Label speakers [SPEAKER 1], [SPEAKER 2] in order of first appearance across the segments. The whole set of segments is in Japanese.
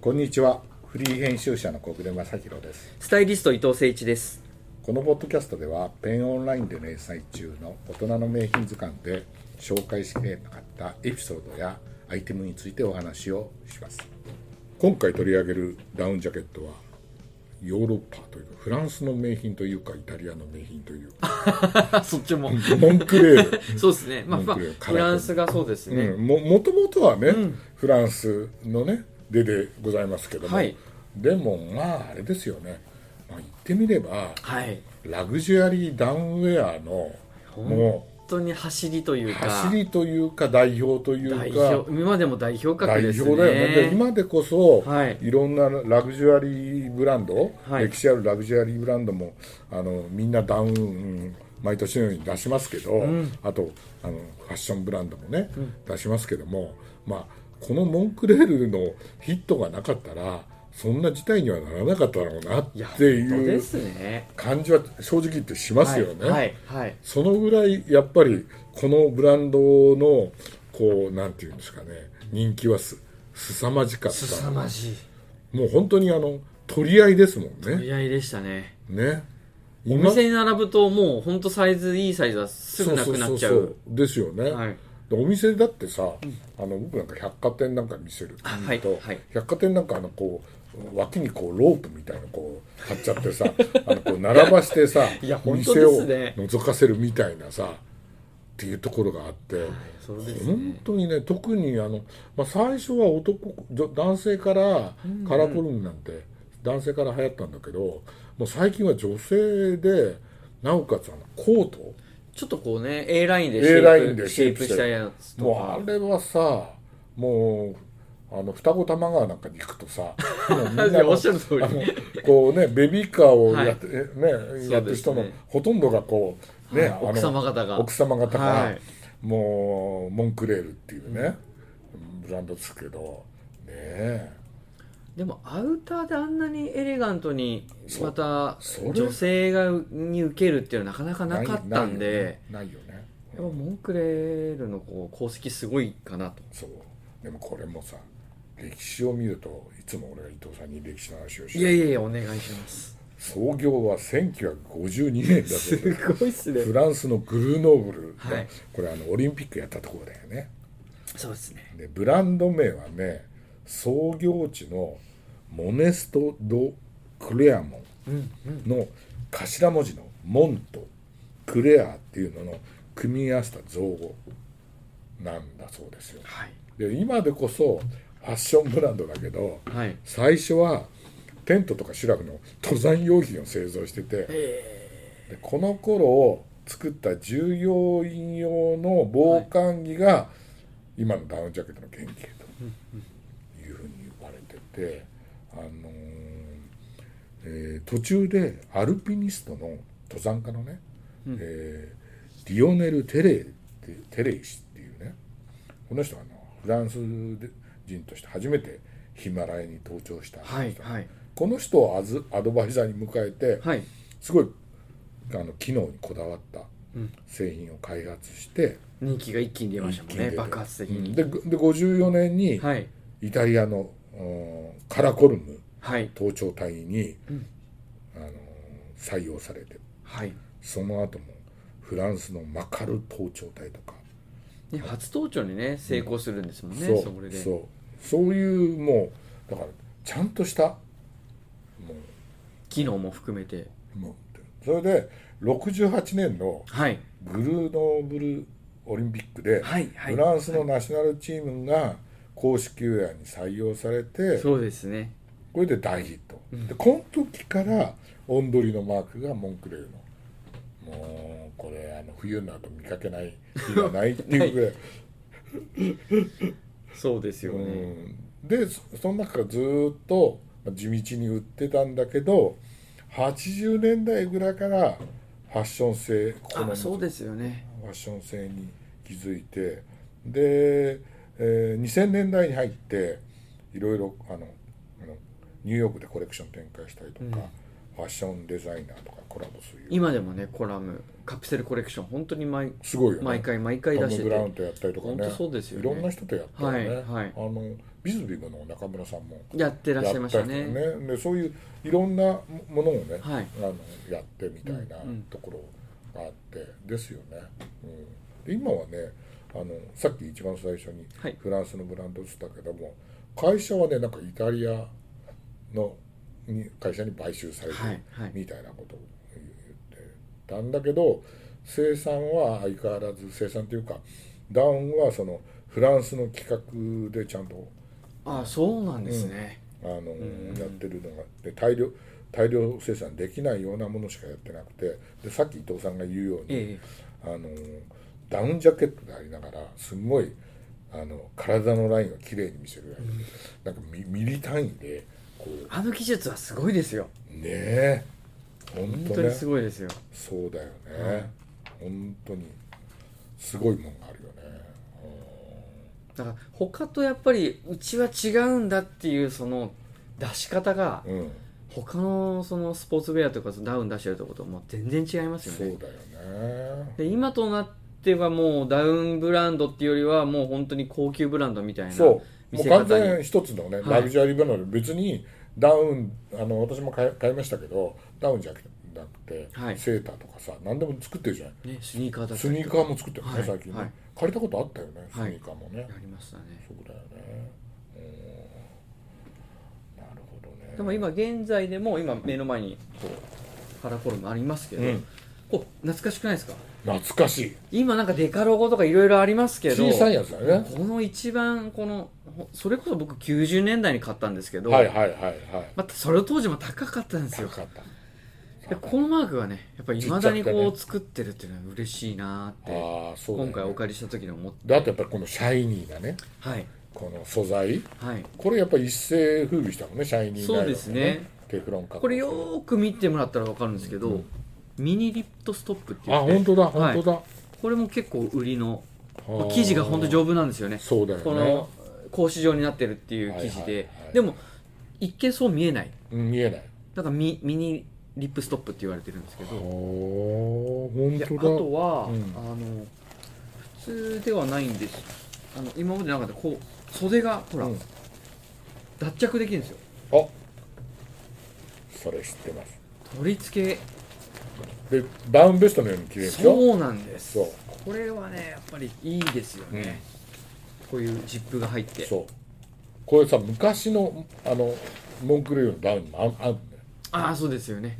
[SPEAKER 1] こんにちは。フリー編集者の小暮正弘です。
[SPEAKER 2] スタイリスト伊藤誠一です。
[SPEAKER 1] このポッドキャストでは、ペンオンラインで連載中の大人の名品図鑑で紹介しきれなかったエピソードやアイテムについてお話をします。今回取り上げるダウンジャケットは、ヨーロッパというか、フランスの名品というか、イタリアの名品というか、
[SPEAKER 2] あ、そっちも。
[SPEAKER 1] モンクレール。
[SPEAKER 2] そうですね。まあ、ま
[SPEAKER 1] 文
[SPEAKER 2] あ、
[SPEAKER 1] 句量
[SPEAKER 2] フランスがそうですね。
[SPEAKER 1] うん、ももともとはね、フランスのね出でございますけども、
[SPEAKER 2] はい
[SPEAKER 1] でもまああれですよね、まあ、言ってみれば
[SPEAKER 2] はい。
[SPEAKER 1] ラグジュアリーダウンウェアのも
[SPEAKER 2] 本当に走りといううか、
[SPEAKER 1] 走りというか代表という
[SPEAKER 2] 代
[SPEAKER 1] か
[SPEAKER 2] 表、今でも代表格
[SPEAKER 1] 代
[SPEAKER 2] です
[SPEAKER 1] 表
[SPEAKER 2] ね。
[SPEAKER 1] だよねで今でこそ、
[SPEAKER 2] はい
[SPEAKER 1] い、ろんなラグジュアリーブランド、
[SPEAKER 2] はい
[SPEAKER 1] 歴史あるラグジュアリーブランドもあのみんなダウンうん毎年のように出しますけど、あとあのファッションブランドもね、出しますけども、まあ、このモンクレールのヒットがなかったらそんな事態にはならなかったろうなっ
[SPEAKER 2] いや、
[SPEAKER 1] て
[SPEAKER 2] 本当
[SPEAKER 1] い
[SPEAKER 2] で
[SPEAKER 1] う
[SPEAKER 2] すね。
[SPEAKER 1] 感じは正直言ってしますよね。
[SPEAKER 2] はい。はい。はい
[SPEAKER 1] そのぐらいやっぱりこのブランドのこうなんていうんですかね人気はす凄まじかった
[SPEAKER 2] 凄まじい。
[SPEAKER 1] もう本当にあの取り合いですもんね
[SPEAKER 2] 出会いでしたね。
[SPEAKER 1] ね
[SPEAKER 2] お店に並ぶと、もう本当サイズ、いいサイズはすぐなくなっちゃ。
[SPEAKER 1] そうそそですよね、
[SPEAKER 2] はい
[SPEAKER 1] でお店だってさ、あの僕なんか百貨店なんか見せる
[SPEAKER 2] あはい
[SPEAKER 1] と、
[SPEAKER 2] はい
[SPEAKER 1] 百貨店なんかあのこう脇にこうロープみたいなのこう貼っちゃって さあのこう並ばしてさ
[SPEAKER 2] いや
[SPEAKER 1] お
[SPEAKER 2] 本当
[SPEAKER 1] 店
[SPEAKER 2] で
[SPEAKER 1] を
[SPEAKER 2] すね
[SPEAKER 1] 覗かせるみたいなさっていうところがあって、
[SPEAKER 2] そうですね。
[SPEAKER 1] 本当にね特にあの、まあ、最初は男女男性からカラーコルンなんて、男性から流行ったんだけどもう最近は女性でなおかつあのコート
[SPEAKER 2] ちょっとこうね、A ラインで
[SPEAKER 1] A ラインで
[SPEAKER 2] シェイプ
[SPEAKER 1] シェイプして
[SPEAKER 2] したやつと
[SPEAKER 1] も
[SPEAKER 2] か
[SPEAKER 1] うあ。れはさもうあの双子玉川なんかに行くと さもうみんなの
[SPEAKER 2] おっしゃる通り
[SPEAKER 1] あのこうねベビーカーをやって、ね、
[SPEAKER 2] ね
[SPEAKER 1] やってる人のほとんどがこうね、あの
[SPEAKER 2] 奥様方が
[SPEAKER 1] 奥様方が、
[SPEAKER 2] はい
[SPEAKER 1] もうモンクレールっていうね、ブランドですけどねえ
[SPEAKER 2] でもアウターであんなにエレガントにまた
[SPEAKER 1] それ
[SPEAKER 2] 女性がに受けるっていうのはなかなかなかったんで
[SPEAKER 1] ないないよね
[SPEAKER 2] やっぱモンクレールのこう功績すごいかなと
[SPEAKER 1] そうでもこれもさ歴史を見るといつも俺が伊藤さんに歴史の話をして
[SPEAKER 2] いやいやいやお願いします
[SPEAKER 1] 創業は1952年だそうです
[SPEAKER 2] すごいっすね
[SPEAKER 1] フランスのグルノーブルね、
[SPEAKER 2] はい
[SPEAKER 1] これあのオリンピックやったところだよね
[SPEAKER 2] そうですね
[SPEAKER 1] でブランド名はね創業地のモネスト・ド・クレアモンの頭文字のモンとクレアっていうのの組み合わせた造語なんだそうですよ
[SPEAKER 2] はい
[SPEAKER 1] で今でこそファッションブランドだけど
[SPEAKER 2] はい
[SPEAKER 1] 最初はテントとかシュラフの登山用品を製造してて、でこの頃作った従業員用の防寒着が今のダウンジャケットの原型というふうに言われてて、あのーえー途中でアルピニストの登山家のね、えーディオネル・テレイってテレイ氏っていうねこの人はあのフランス人として初めてヒマラヤに登頂した人、
[SPEAKER 2] はいはい
[SPEAKER 1] この人をアズアドバイザーに迎えて、
[SPEAKER 2] はい
[SPEAKER 1] すごいあの機能にこだわった製品を開発して、
[SPEAKER 2] 人気が一気に出ましたもん
[SPEAKER 1] 一気に出
[SPEAKER 2] ね
[SPEAKER 1] て
[SPEAKER 2] 爆発的
[SPEAKER 1] うん
[SPEAKER 2] に
[SPEAKER 1] でで54年に
[SPEAKER 2] はい
[SPEAKER 1] イタリアの、うんカラコルム
[SPEAKER 2] はい
[SPEAKER 1] 盗聴隊に、あの採用されて
[SPEAKER 2] はい
[SPEAKER 1] その後もフランスのマカル盗聴隊とか、
[SPEAKER 2] で初登頂にね成功するんですもんね
[SPEAKER 1] そう
[SPEAKER 2] それで
[SPEAKER 1] そうそういうもうだからちゃんとしたも
[SPEAKER 2] 機能も含めて
[SPEAKER 1] うもうそれで68年の
[SPEAKER 2] はい
[SPEAKER 1] グルーノーブルオリンピックで、
[SPEAKER 2] はいはい
[SPEAKER 1] フランスのナショナルチームが公式ウェアに採用されて、
[SPEAKER 2] そうですね
[SPEAKER 1] これで大ヒット、でこの時からオンドリのマークがモンクレールのもうこれあの冬になると見かけない日が ないっていうぐらい、
[SPEAKER 2] そうですよ
[SPEAKER 1] う
[SPEAKER 2] ね
[SPEAKER 1] んでそその中からずーっとまあ地道に売ってたんだけど80年代ぐらいからファッション性こ
[SPEAKER 2] あ
[SPEAKER 1] の
[SPEAKER 2] そうですよね
[SPEAKER 1] ファッション性に気づいてで、えー2000年代に入っていろいろあのあのニューヨークでコレクション展開したりとか、フファッションデザイナーとかコラボするよ
[SPEAKER 2] 今でもねコラムカプセルコレクション本当に毎
[SPEAKER 1] すごいよね
[SPEAKER 2] 毎回毎回
[SPEAKER 1] ト
[SPEAKER 2] 出
[SPEAKER 1] ム・
[SPEAKER 2] して
[SPEAKER 1] ブ
[SPEAKER 2] て
[SPEAKER 1] ラウンとやったりとかね
[SPEAKER 2] 本当そうですよね
[SPEAKER 1] いろんな人とやったよね、
[SPEAKER 2] はいはい
[SPEAKER 1] あのビズビムの中村さんも
[SPEAKER 2] やってらっしゃいましたね
[SPEAKER 1] やったりとかねでそういういろんなものをね、
[SPEAKER 2] はい
[SPEAKER 1] あのやってみたいな
[SPEAKER 2] うんうん
[SPEAKER 1] ところがあって、ですよね、うん、で今はねあのさっき一番最初に
[SPEAKER 2] はい
[SPEAKER 1] フランスのブランドっつったけども、会社はねなんかイタリアのに会社に買収されて
[SPEAKER 2] はいはい
[SPEAKER 1] みたいなことを言ってたんだけど生産は相変わらず生産というかダウンはそのフランスの企画でちゃんと
[SPEAKER 2] あそうなんですね、
[SPEAKER 1] あの
[SPEAKER 2] ん
[SPEAKER 1] やってるのがで大量大量生産できないようなものしかやってなくてでさっき伊藤さんが言うように、
[SPEAKER 2] ええ
[SPEAKER 1] あのダウンジャケットでありながらすんごいあの体のラインを綺麗に見せるライン、なんかミミリ単位でこう
[SPEAKER 2] あの技術はすごいですよ
[SPEAKER 1] ねえ本
[SPEAKER 2] 本
[SPEAKER 1] 当
[SPEAKER 2] 当に
[SPEAKER 1] ね
[SPEAKER 2] すごいですよ
[SPEAKER 1] そうだよね、
[SPEAKER 2] はい
[SPEAKER 1] 本当にすごいもんがあるよね
[SPEAKER 2] だから他とやっぱりうちは違うんだっていうその出し方が
[SPEAKER 1] うん、うん
[SPEAKER 2] 他のそのスポーツウェアとかそのダウン出してるとこともう全然違います
[SPEAKER 1] そ
[SPEAKER 2] よね
[SPEAKER 1] うだよね
[SPEAKER 2] で今となってはもうダウンブランドっていうよりはもう本当に高級ブランドみたいな
[SPEAKER 1] そうも
[SPEAKER 2] 見
[SPEAKER 1] う
[SPEAKER 2] せ方
[SPEAKER 1] 完
[SPEAKER 2] に
[SPEAKER 1] 全一つのね、
[SPEAKER 2] はい
[SPEAKER 1] ラグジュアリーブランドで別にダウンあの私も買い買いましたけどダウンじゃなくて、
[SPEAKER 2] はい
[SPEAKER 1] セーターとかさ何でも作ってるじゃない
[SPEAKER 2] ね、スニーカーだった
[SPEAKER 1] スニーカーも作ってるね、
[SPEAKER 2] はい
[SPEAKER 1] 最近ね、
[SPEAKER 2] はい
[SPEAKER 1] 借りたことあったよねスニ
[SPEAKER 2] はい
[SPEAKER 1] ーカーもね、
[SPEAKER 2] やりましたね
[SPEAKER 1] そうだよねうんなるほどね
[SPEAKER 2] でも今現在でも今目の前に
[SPEAKER 1] そう
[SPEAKER 2] カラーコロムありますけど、
[SPEAKER 1] うん
[SPEAKER 2] こう懐かしくないですか
[SPEAKER 1] 懐かしい
[SPEAKER 2] 今なんかデカロゴとかいろいろありますけど
[SPEAKER 1] 小さいやつだね
[SPEAKER 2] この一番このほそれこそ僕90年代に買ったんですけど、
[SPEAKER 1] はいはいはいはい
[SPEAKER 2] またそれ当時も高かったんですよ
[SPEAKER 1] 高かった
[SPEAKER 2] でこのマークがねやっぱりいまだに
[SPEAKER 1] ち
[SPEAKER 2] こ
[SPEAKER 1] っちゃく
[SPEAKER 2] う作ってるっていうのは嬉しいなーって
[SPEAKER 1] ああそうだ、ね、
[SPEAKER 2] 今回お借りした時に思って
[SPEAKER 1] であとやっぱりこのシャイニーなね
[SPEAKER 2] はい
[SPEAKER 1] この素材
[SPEAKER 2] はい
[SPEAKER 1] これやっぱり一世風靡したもんねシャイニーナイロン
[SPEAKER 2] そうですね
[SPEAKER 1] テフロン加工
[SPEAKER 2] これよーく見てもらったら分かるんですけど、ミニリットストップって
[SPEAKER 1] あ
[SPEAKER 2] 言って
[SPEAKER 1] 本当だ
[SPEAKER 2] はい
[SPEAKER 1] 本当だ、
[SPEAKER 2] これも結構売りの、ま
[SPEAKER 1] あ
[SPEAKER 2] あ
[SPEAKER 1] ー
[SPEAKER 2] 生地が本当丈夫なんですよね
[SPEAKER 1] そうだよね
[SPEAKER 2] この格子状になってるっていう生地で、
[SPEAKER 1] はいはいはい
[SPEAKER 2] でも一見そう見えない
[SPEAKER 1] うん見えない
[SPEAKER 2] だからミミニリップストップって言われてるんですけど
[SPEAKER 1] お
[SPEAKER 2] であ
[SPEAKER 1] 本当だ
[SPEAKER 2] とは、
[SPEAKER 1] うん
[SPEAKER 2] あの普通ではないんですあの今までなかったこう袖がほら、
[SPEAKER 1] うん
[SPEAKER 2] 脱着できるんですよ
[SPEAKER 1] あそれ知ってます
[SPEAKER 2] 取り付け
[SPEAKER 1] でダウンベストのように着れるでしょ
[SPEAKER 2] そうなんです
[SPEAKER 1] そう
[SPEAKER 2] これはねやっぱりいいですよね、こういうジップが入って
[SPEAKER 1] そうこれさ昔のあのモンクレールのダウンにもああるんだよ
[SPEAKER 2] ああそうですよね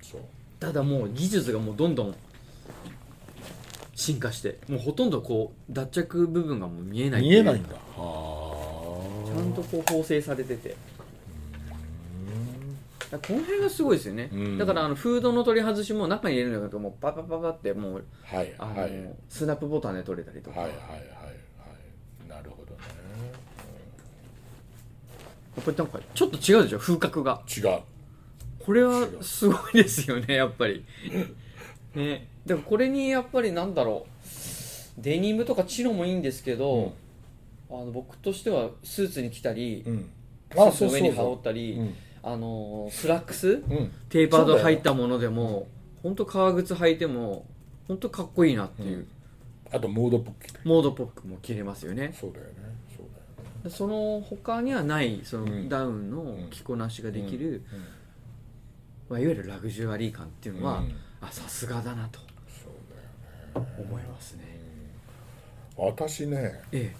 [SPEAKER 1] そう
[SPEAKER 2] ただもう技術がもうどんどん進化してもうほとんどこう脱着部分がもう見えないって
[SPEAKER 1] 見
[SPEAKER 2] う
[SPEAKER 1] えないんだあ
[SPEAKER 2] ちゃんとこう縫製されててだからこの辺がすごいですよね、
[SPEAKER 1] うん
[SPEAKER 2] だからあのフードの取り外しも中に入れるんだけどもうパパパパってもう
[SPEAKER 1] あはい
[SPEAKER 2] あの、
[SPEAKER 1] はい
[SPEAKER 2] スナップボタンで取れたりとか、
[SPEAKER 1] はいはいはい
[SPEAKER 2] や
[SPEAKER 1] はいなるほどね
[SPEAKER 2] っぱりなんかちょっと違うでしょ風格が
[SPEAKER 1] 違う
[SPEAKER 2] これはすごいですよねやっぱりねでもこれにやっぱりなんだろうデニムとかチノもいいんですけど、あの僕としてはスーツに着たり、
[SPEAKER 1] うん
[SPEAKER 2] スーツの上に羽織ったり
[SPEAKER 1] うん
[SPEAKER 2] あのースラックス
[SPEAKER 1] うん
[SPEAKER 2] テーパード入ったものでも本当革靴履いても本当かっこいいなっていう、
[SPEAKER 1] うんあとモードポッキ
[SPEAKER 2] モードポックも着れますよね
[SPEAKER 1] そうだよねそうだよね
[SPEAKER 2] その他にはないそ
[SPEAKER 1] うん
[SPEAKER 2] のダウンの
[SPEAKER 1] うん
[SPEAKER 2] 着こなしができる、まあ、いわゆるラグジュアリー感っていうのは、
[SPEAKER 1] うん
[SPEAKER 2] あさすがだなと
[SPEAKER 1] そうだよね
[SPEAKER 2] 思いますね、
[SPEAKER 1] 私ね
[SPEAKER 2] え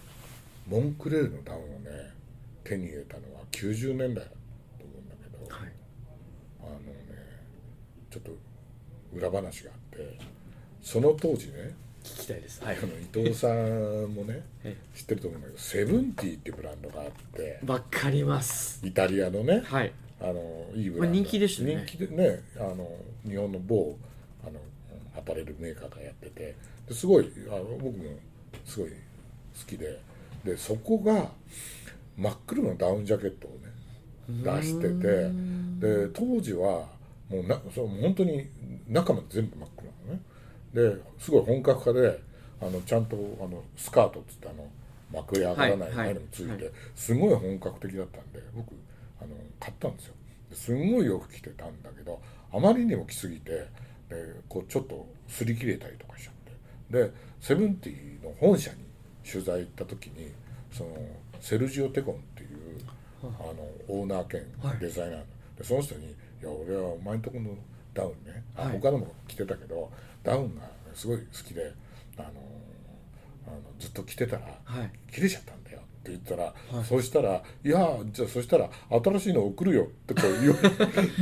[SPEAKER 1] モンクレールのダウンをね手に入れたのは90年代だと思うんだけど
[SPEAKER 2] えはい
[SPEAKER 1] あのねちょっと裏話があってその当時ね
[SPEAKER 2] 聞きたいですはい
[SPEAKER 1] あの伊藤さんもね
[SPEAKER 2] え
[SPEAKER 1] 知ってると思うんだけどセブンティーってブランドがあって
[SPEAKER 2] わかります
[SPEAKER 1] イタリアのね
[SPEAKER 2] はい
[SPEAKER 1] あのいいブランド、
[SPEAKER 2] まあ人気でしたね
[SPEAKER 1] 人気でねあの日本の某あのアパレルメーカーがやっててですごいあの僕もすごい好きででそこが真っ黒のダウンジャケットをね出しててで当時はもうなそう本当に中まで全部真っ黒なのねですごい本格化であのちゃんとあのスカートっつってあの幕や上がらない
[SPEAKER 2] はいはい
[SPEAKER 1] 前にもついて、
[SPEAKER 2] はい
[SPEAKER 1] すごい本格的だったんで僕あの買ったんですよですんごいよく着てたんだけどあまりにも着すぎてでこうちょっと擦り切れたりとかしちゃってでセブンティーンの本社に取材行った時にそのセルジオ・テコンっていうあのオーナー兼
[SPEAKER 2] はい
[SPEAKER 1] デザイナー、でその人に「いや俺はお前んとこのダウンね、あ
[SPEAKER 2] はい
[SPEAKER 1] 他のも着てたけどダウンがすごい好きであのあのずっと着てたら、
[SPEAKER 2] はい
[SPEAKER 1] 切れちゃったんだよって言ったら、そしたら「いやじゃあそしたら新しいの送るよ」ってこう言わ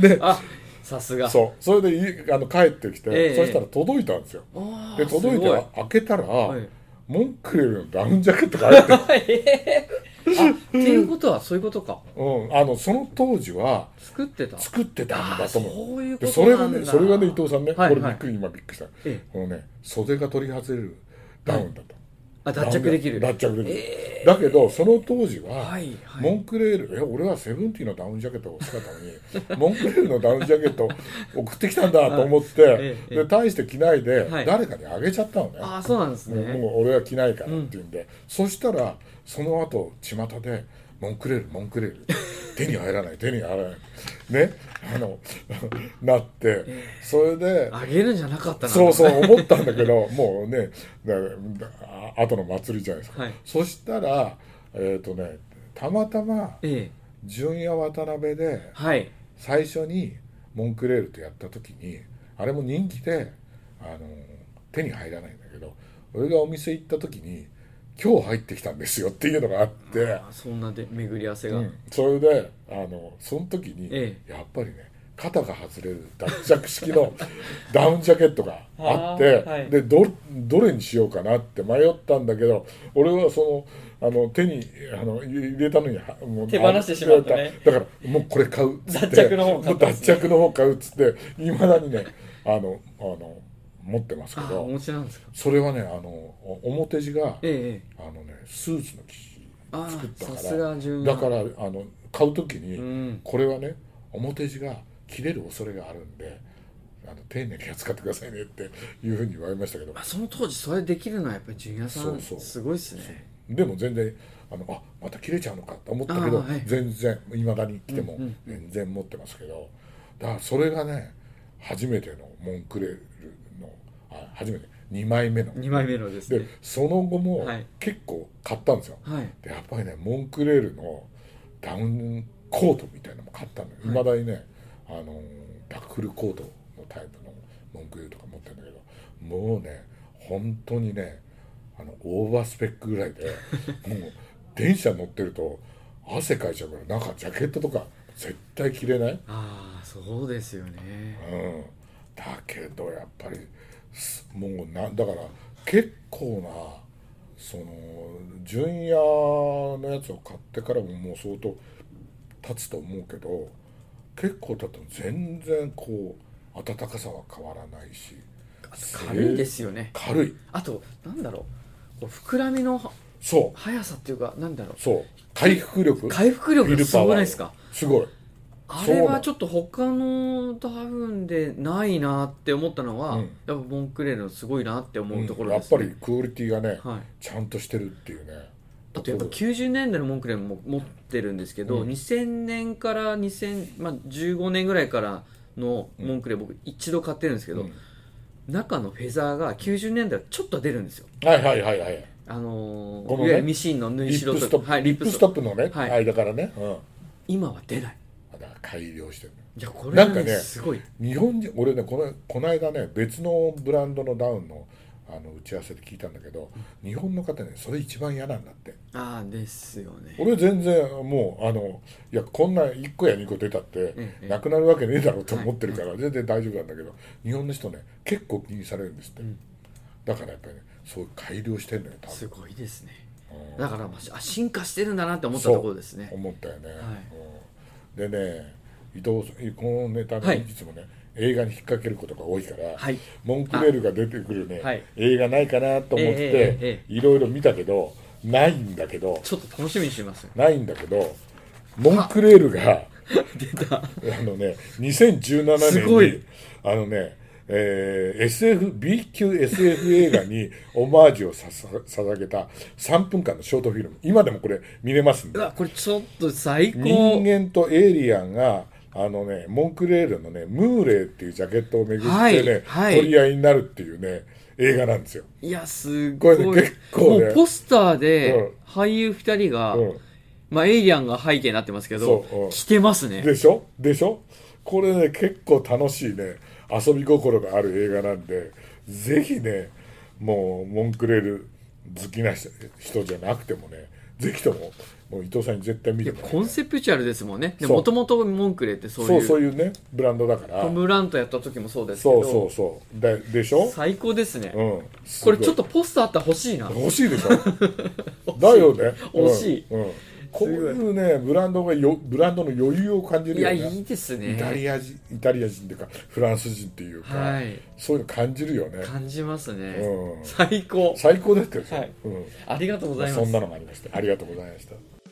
[SPEAKER 1] れ で
[SPEAKER 2] あさすが
[SPEAKER 1] そうそれでいあの帰ってきて、
[SPEAKER 2] ええ
[SPEAKER 1] そしたら届いたんですよ。
[SPEAKER 2] あ
[SPEAKER 1] で
[SPEAKER 2] ー
[SPEAKER 1] 届いて
[SPEAKER 2] すご
[SPEAKER 1] 開けたら、
[SPEAKER 2] い
[SPEAKER 1] モンクレルのダウンジャケットが入 ってる
[SPEAKER 2] えーあっていうことはそういうことか
[SPEAKER 1] うん、あのその当時は
[SPEAKER 2] 作ってた
[SPEAKER 1] 作ってたんだと思う。
[SPEAKER 2] あーそういうこと
[SPEAKER 1] でそれが
[SPEAKER 2] なん
[SPEAKER 1] ね
[SPEAKER 2] だ
[SPEAKER 1] それがね伊藤さんね、
[SPEAKER 2] はいはい
[SPEAKER 1] これびっくり今びっくりした、
[SPEAKER 2] ええ
[SPEAKER 1] このね袖が取り外れるダウンだと、
[SPEAKER 2] あ脱着できる
[SPEAKER 1] 脱着できる、
[SPEAKER 2] え
[SPEAKER 1] だけどその当時は、
[SPEAKER 2] はいはい
[SPEAKER 1] モンクレールえ俺はセブンティーのダウンジャケットを使ったのに モンクレールのダウンジャケットを送ってきたんだと思って、
[SPEAKER 2] えええ
[SPEAKER 1] で大して着ないで、
[SPEAKER 2] はい
[SPEAKER 1] 誰かにあげちゃったのね
[SPEAKER 2] ああそうなんです
[SPEAKER 1] もう
[SPEAKER 2] ね
[SPEAKER 1] もう俺は着ないからっていうんで、そしたらその後巷で「モンクレールモンクレール手に入らない手に入らない」ねあの なってそれで
[SPEAKER 2] あげるんじゃなかったな
[SPEAKER 1] そうそう思ったんだけどもうねだだあ後の祭りじゃないですか、
[SPEAKER 2] はい
[SPEAKER 1] そしたらえっ、とねたまたま
[SPEAKER 2] ええ
[SPEAKER 1] 純也渡辺で
[SPEAKER 2] はい
[SPEAKER 1] 最初にモンクレールとやった時にあれも人気であの手に入らないんだけど俺がお店行った時に「今日入ってきたんですよ」っていうのがあって、
[SPEAKER 2] あそんなで巡り合わせ
[SPEAKER 1] う
[SPEAKER 2] が、
[SPEAKER 1] ん、それであのその時に、
[SPEAKER 2] え
[SPEAKER 1] やっぱりね肩が外れる脱着式の ダウンジャケットがあって
[SPEAKER 2] あーはい
[SPEAKER 1] でどどれにしようかなって迷ったんだけど俺はそのあの手にあの入れたのにはもう
[SPEAKER 2] 手放してしまったね
[SPEAKER 1] だからもうこれ買うっつって
[SPEAKER 2] 脱着の方を買ったんですね
[SPEAKER 1] もう脱着の方買うっつっていまだにねあのあの持ってますけ
[SPEAKER 2] ああお
[SPEAKER 1] ど
[SPEAKER 2] 持ちなんですか
[SPEAKER 1] それはねあのお表地が
[SPEAKER 2] ええええ
[SPEAKER 1] あのねスーツの生地作った
[SPEAKER 2] ああさ
[SPEAKER 1] か
[SPEAKER 2] す
[SPEAKER 1] ら
[SPEAKER 2] が純
[SPEAKER 1] だからあの買う時に、
[SPEAKER 2] うん
[SPEAKER 1] これはね表地が切れる恐れがあるんであの丁寧に扱ってくださいねっていうふうに言われましたけど
[SPEAKER 2] まあ、その当時それできるのはやっぱりジュニアさん
[SPEAKER 1] そうそう
[SPEAKER 2] すごいですね
[SPEAKER 1] でも全然あのあまた切れちゃうのかと思ったけど、
[SPEAKER 2] あーはい
[SPEAKER 1] 全然いまだに来ても
[SPEAKER 2] うんうん
[SPEAKER 1] 全然持ってますけどだからそれがね初めてのモンクレールのあ初めて2枚目の
[SPEAKER 2] 2枚目のです
[SPEAKER 1] で
[SPEAKER 2] ね
[SPEAKER 1] その後も
[SPEAKER 2] はい
[SPEAKER 1] 結構買ったんですよ、
[SPEAKER 2] はい
[SPEAKER 1] でやっぱりねモンクレールのダウンコートみたいなのも買ったのよいまだにね、あのーダッフルコートのタイプのモンクレールとか持ってるんだけどもうね本当にねあのオーバースペックぐらいでもう電車乗ってると汗かいちゃうから中ジャケットとか絶対着れない、
[SPEAKER 2] ああそうですよね
[SPEAKER 1] うん、だけどやっぱりすもうなだから結構なその純也のやつを買ってからももう相当経つと思うけど結構経っても全然こう暖かさは変わらないし
[SPEAKER 2] 軽いですよね
[SPEAKER 1] 軽い
[SPEAKER 2] あとなんだろうこう膨らみのは
[SPEAKER 1] そう
[SPEAKER 2] 速さっていうかなんだろ
[SPEAKER 1] そう回復力
[SPEAKER 2] う回復力がすごくないですか
[SPEAKER 1] すごい
[SPEAKER 2] あ
[SPEAKER 1] そうな
[SPEAKER 2] れ
[SPEAKER 1] の
[SPEAKER 2] はちょっと他のダウンでないなって思ったのは、
[SPEAKER 1] うん
[SPEAKER 2] やっぱモンクレールのすごいなって思うところ
[SPEAKER 1] や
[SPEAKER 2] で
[SPEAKER 1] っ
[SPEAKER 2] すね、
[SPEAKER 1] ぱりクオリティがね、
[SPEAKER 2] はい
[SPEAKER 1] ちゃんとしてるっていうね
[SPEAKER 2] あとやっぱ90年代のモンクレールも持ってるんですけど、
[SPEAKER 1] うん
[SPEAKER 2] 2000年から2015、まあ、15年ぐらいからのモンクレール僕一度買ってるんですけど、
[SPEAKER 1] うん
[SPEAKER 2] 中のフェザーが90年代はちょっと出るんですよ
[SPEAKER 1] はいはいはいはい
[SPEAKER 2] あのー
[SPEAKER 1] このね
[SPEAKER 2] いわゆるミシンの縫い
[SPEAKER 1] リッ
[SPEAKER 2] 代
[SPEAKER 1] プ
[SPEAKER 2] と
[SPEAKER 1] ストップ、
[SPEAKER 2] はい、リ
[SPEAKER 1] リ
[SPEAKER 2] ッ
[SPEAKER 1] ッ
[SPEAKER 2] プ
[SPEAKER 1] プ
[SPEAKER 2] ス
[SPEAKER 1] ス
[SPEAKER 2] トッ
[SPEAKER 1] ト
[SPEAKER 2] プ
[SPEAKER 1] ップのね、
[SPEAKER 2] はい
[SPEAKER 1] 間からね、うん、
[SPEAKER 2] 今は出ない
[SPEAKER 1] だから改良してる
[SPEAKER 2] いやこれが、ね
[SPEAKER 1] なんかね
[SPEAKER 2] すごい
[SPEAKER 1] 日本人俺ねこのこの間ね別のブランドのダウンのあの打ち合わせで聞いたんだけど、日本の方ねそれ一番嫌なんだって
[SPEAKER 2] ああですよね
[SPEAKER 1] 俺全然もうあのいやこんなん1個や2個出たって
[SPEAKER 2] ええ
[SPEAKER 1] なくなるわけねえだろうと思ってるから全然大丈夫なんだけど日本の人ね結構気にされるんですって、
[SPEAKER 2] ん
[SPEAKER 1] だからやっぱりねそう改良してんのよ多分
[SPEAKER 2] すごいですね
[SPEAKER 1] うん
[SPEAKER 2] だからまああ進化してるんだなって思ったところですね
[SPEAKER 1] 思ったよね、
[SPEAKER 2] い
[SPEAKER 1] うんでね伊藤さんこのネタ
[SPEAKER 2] は
[SPEAKER 1] ね
[SPEAKER 2] い
[SPEAKER 1] いつもね、映画に引っ掛けることが多いから、
[SPEAKER 2] はい
[SPEAKER 1] モンクレールが出てくるね、
[SPEAKER 2] あはい
[SPEAKER 1] 映画ないかなと思っ
[SPEAKER 2] ええええ
[SPEAKER 1] て
[SPEAKER 2] え
[SPEAKER 1] いろいろ見たけどないんだけど
[SPEAKER 2] ちょっと楽しみにして ますよ
[SPEAKER 1] ないんだけどモンクレールが
[SPEAKER 2] 出た
[SPEAKER 1] あのね、2017
[SPEAKER 2] す
[SPEAKER 1] 年
[SPEAKER 2] ご
[SPEAKER 1] に
[SPEAKER 2] い、
[SPEAKER 1] あのね、えー SF、B 級 SF 映画にオマージュをささ捧げた3分間のショートフィルム。今でもこれ見れますん
[SPEAKER 2] う
[SPEAKER 1] で。
[SPEAKER 2] わこれちょっと最高
[SPEAKER 1] 人間とエイリアンがあのねモンクレールのねムーレーっていうジャケットをめぐってね、
[SPEAKER 2] はいはい
[SPEAKER 1] 取り合いになるっていうね映画なんですよ、
[SPEAKER 2] いやすごい
[SPEAKER 1] これね結構ね
[SPEAKER 2] もうポスターで
[SPEAKER 1] う
[SPEAKER 2] 俳優2人が、
[SPEAKER 1] うん、
[SPEAKER 2] まあ、エイリアンが背景になってますけど
[SPEAKER 1] そううん
[SPEAKER 2] 着てますね
[SPEAKER 1] でしょでしょこれね結構楽しいね遊び心がある映画なんでぜひねもうモンクレール好きな人人じゃなくてもねぜひとももう伊藤さんに絶対見
[SPEAKER 2] い
[SPEAKER 1] て
[SPEAKER 2] や
[SPEAKER 1] もらいた
[SPEAKER 2] コンセプチュアルですもんね
[SPEAKER 1] そう
[SPEAKER 2] もともとモンクレーってそう
[SPEAKER 1] そ
[SPEAKER 2] いう
[SPEAKER 1] うそういうねブランドだから
[SPEAKER 2] トム・ラントやった時もそうですけ
[SPEAKER 1] そ
[SPEAKER 2] ど
[SPEAKER 1] うそうそうででしょ、
[SPEAKER 2] 最高ですね、
[SPEAKER 1] うん、
[SPEAKER 2] これちょっ
[SPEAKER 1] と
[SPEAKER 2] とポスターあったら 欲しいな
[SPEAKER 1] 欲しいでしょだよねうん
[SPEAKER 2] 欲しい
[SPEAKER 1] うんこういうねブランドがよブランドの余裕を感じる
[SPEAKER 2] い
[SPEAKER 1] よ
[SPEAKER 2] や
[SPEAKER 1] ね
[SPEAKER 2] いいです
[SPEAKER 1] イタ
[SPEAKER 2] ね
[SPEAKER 1] リア人イタリア人っていうかフランス人っていうか、
[SPEAKER 2] はい
[SPEAKER 1] そういうの感じるよね、
[SPEAKER 2] 感じますね、
[SPEAKER 1] うん
[SPEAKER 2] 最高
[SPEAKER 1] 最高だったでしょ、
[SPEAKER 2] はい
[SPEAKER 1] うん
[SPEAKER 2] ありがとうございます
[SPEAKER 1] そんなのもありましたありがとうございました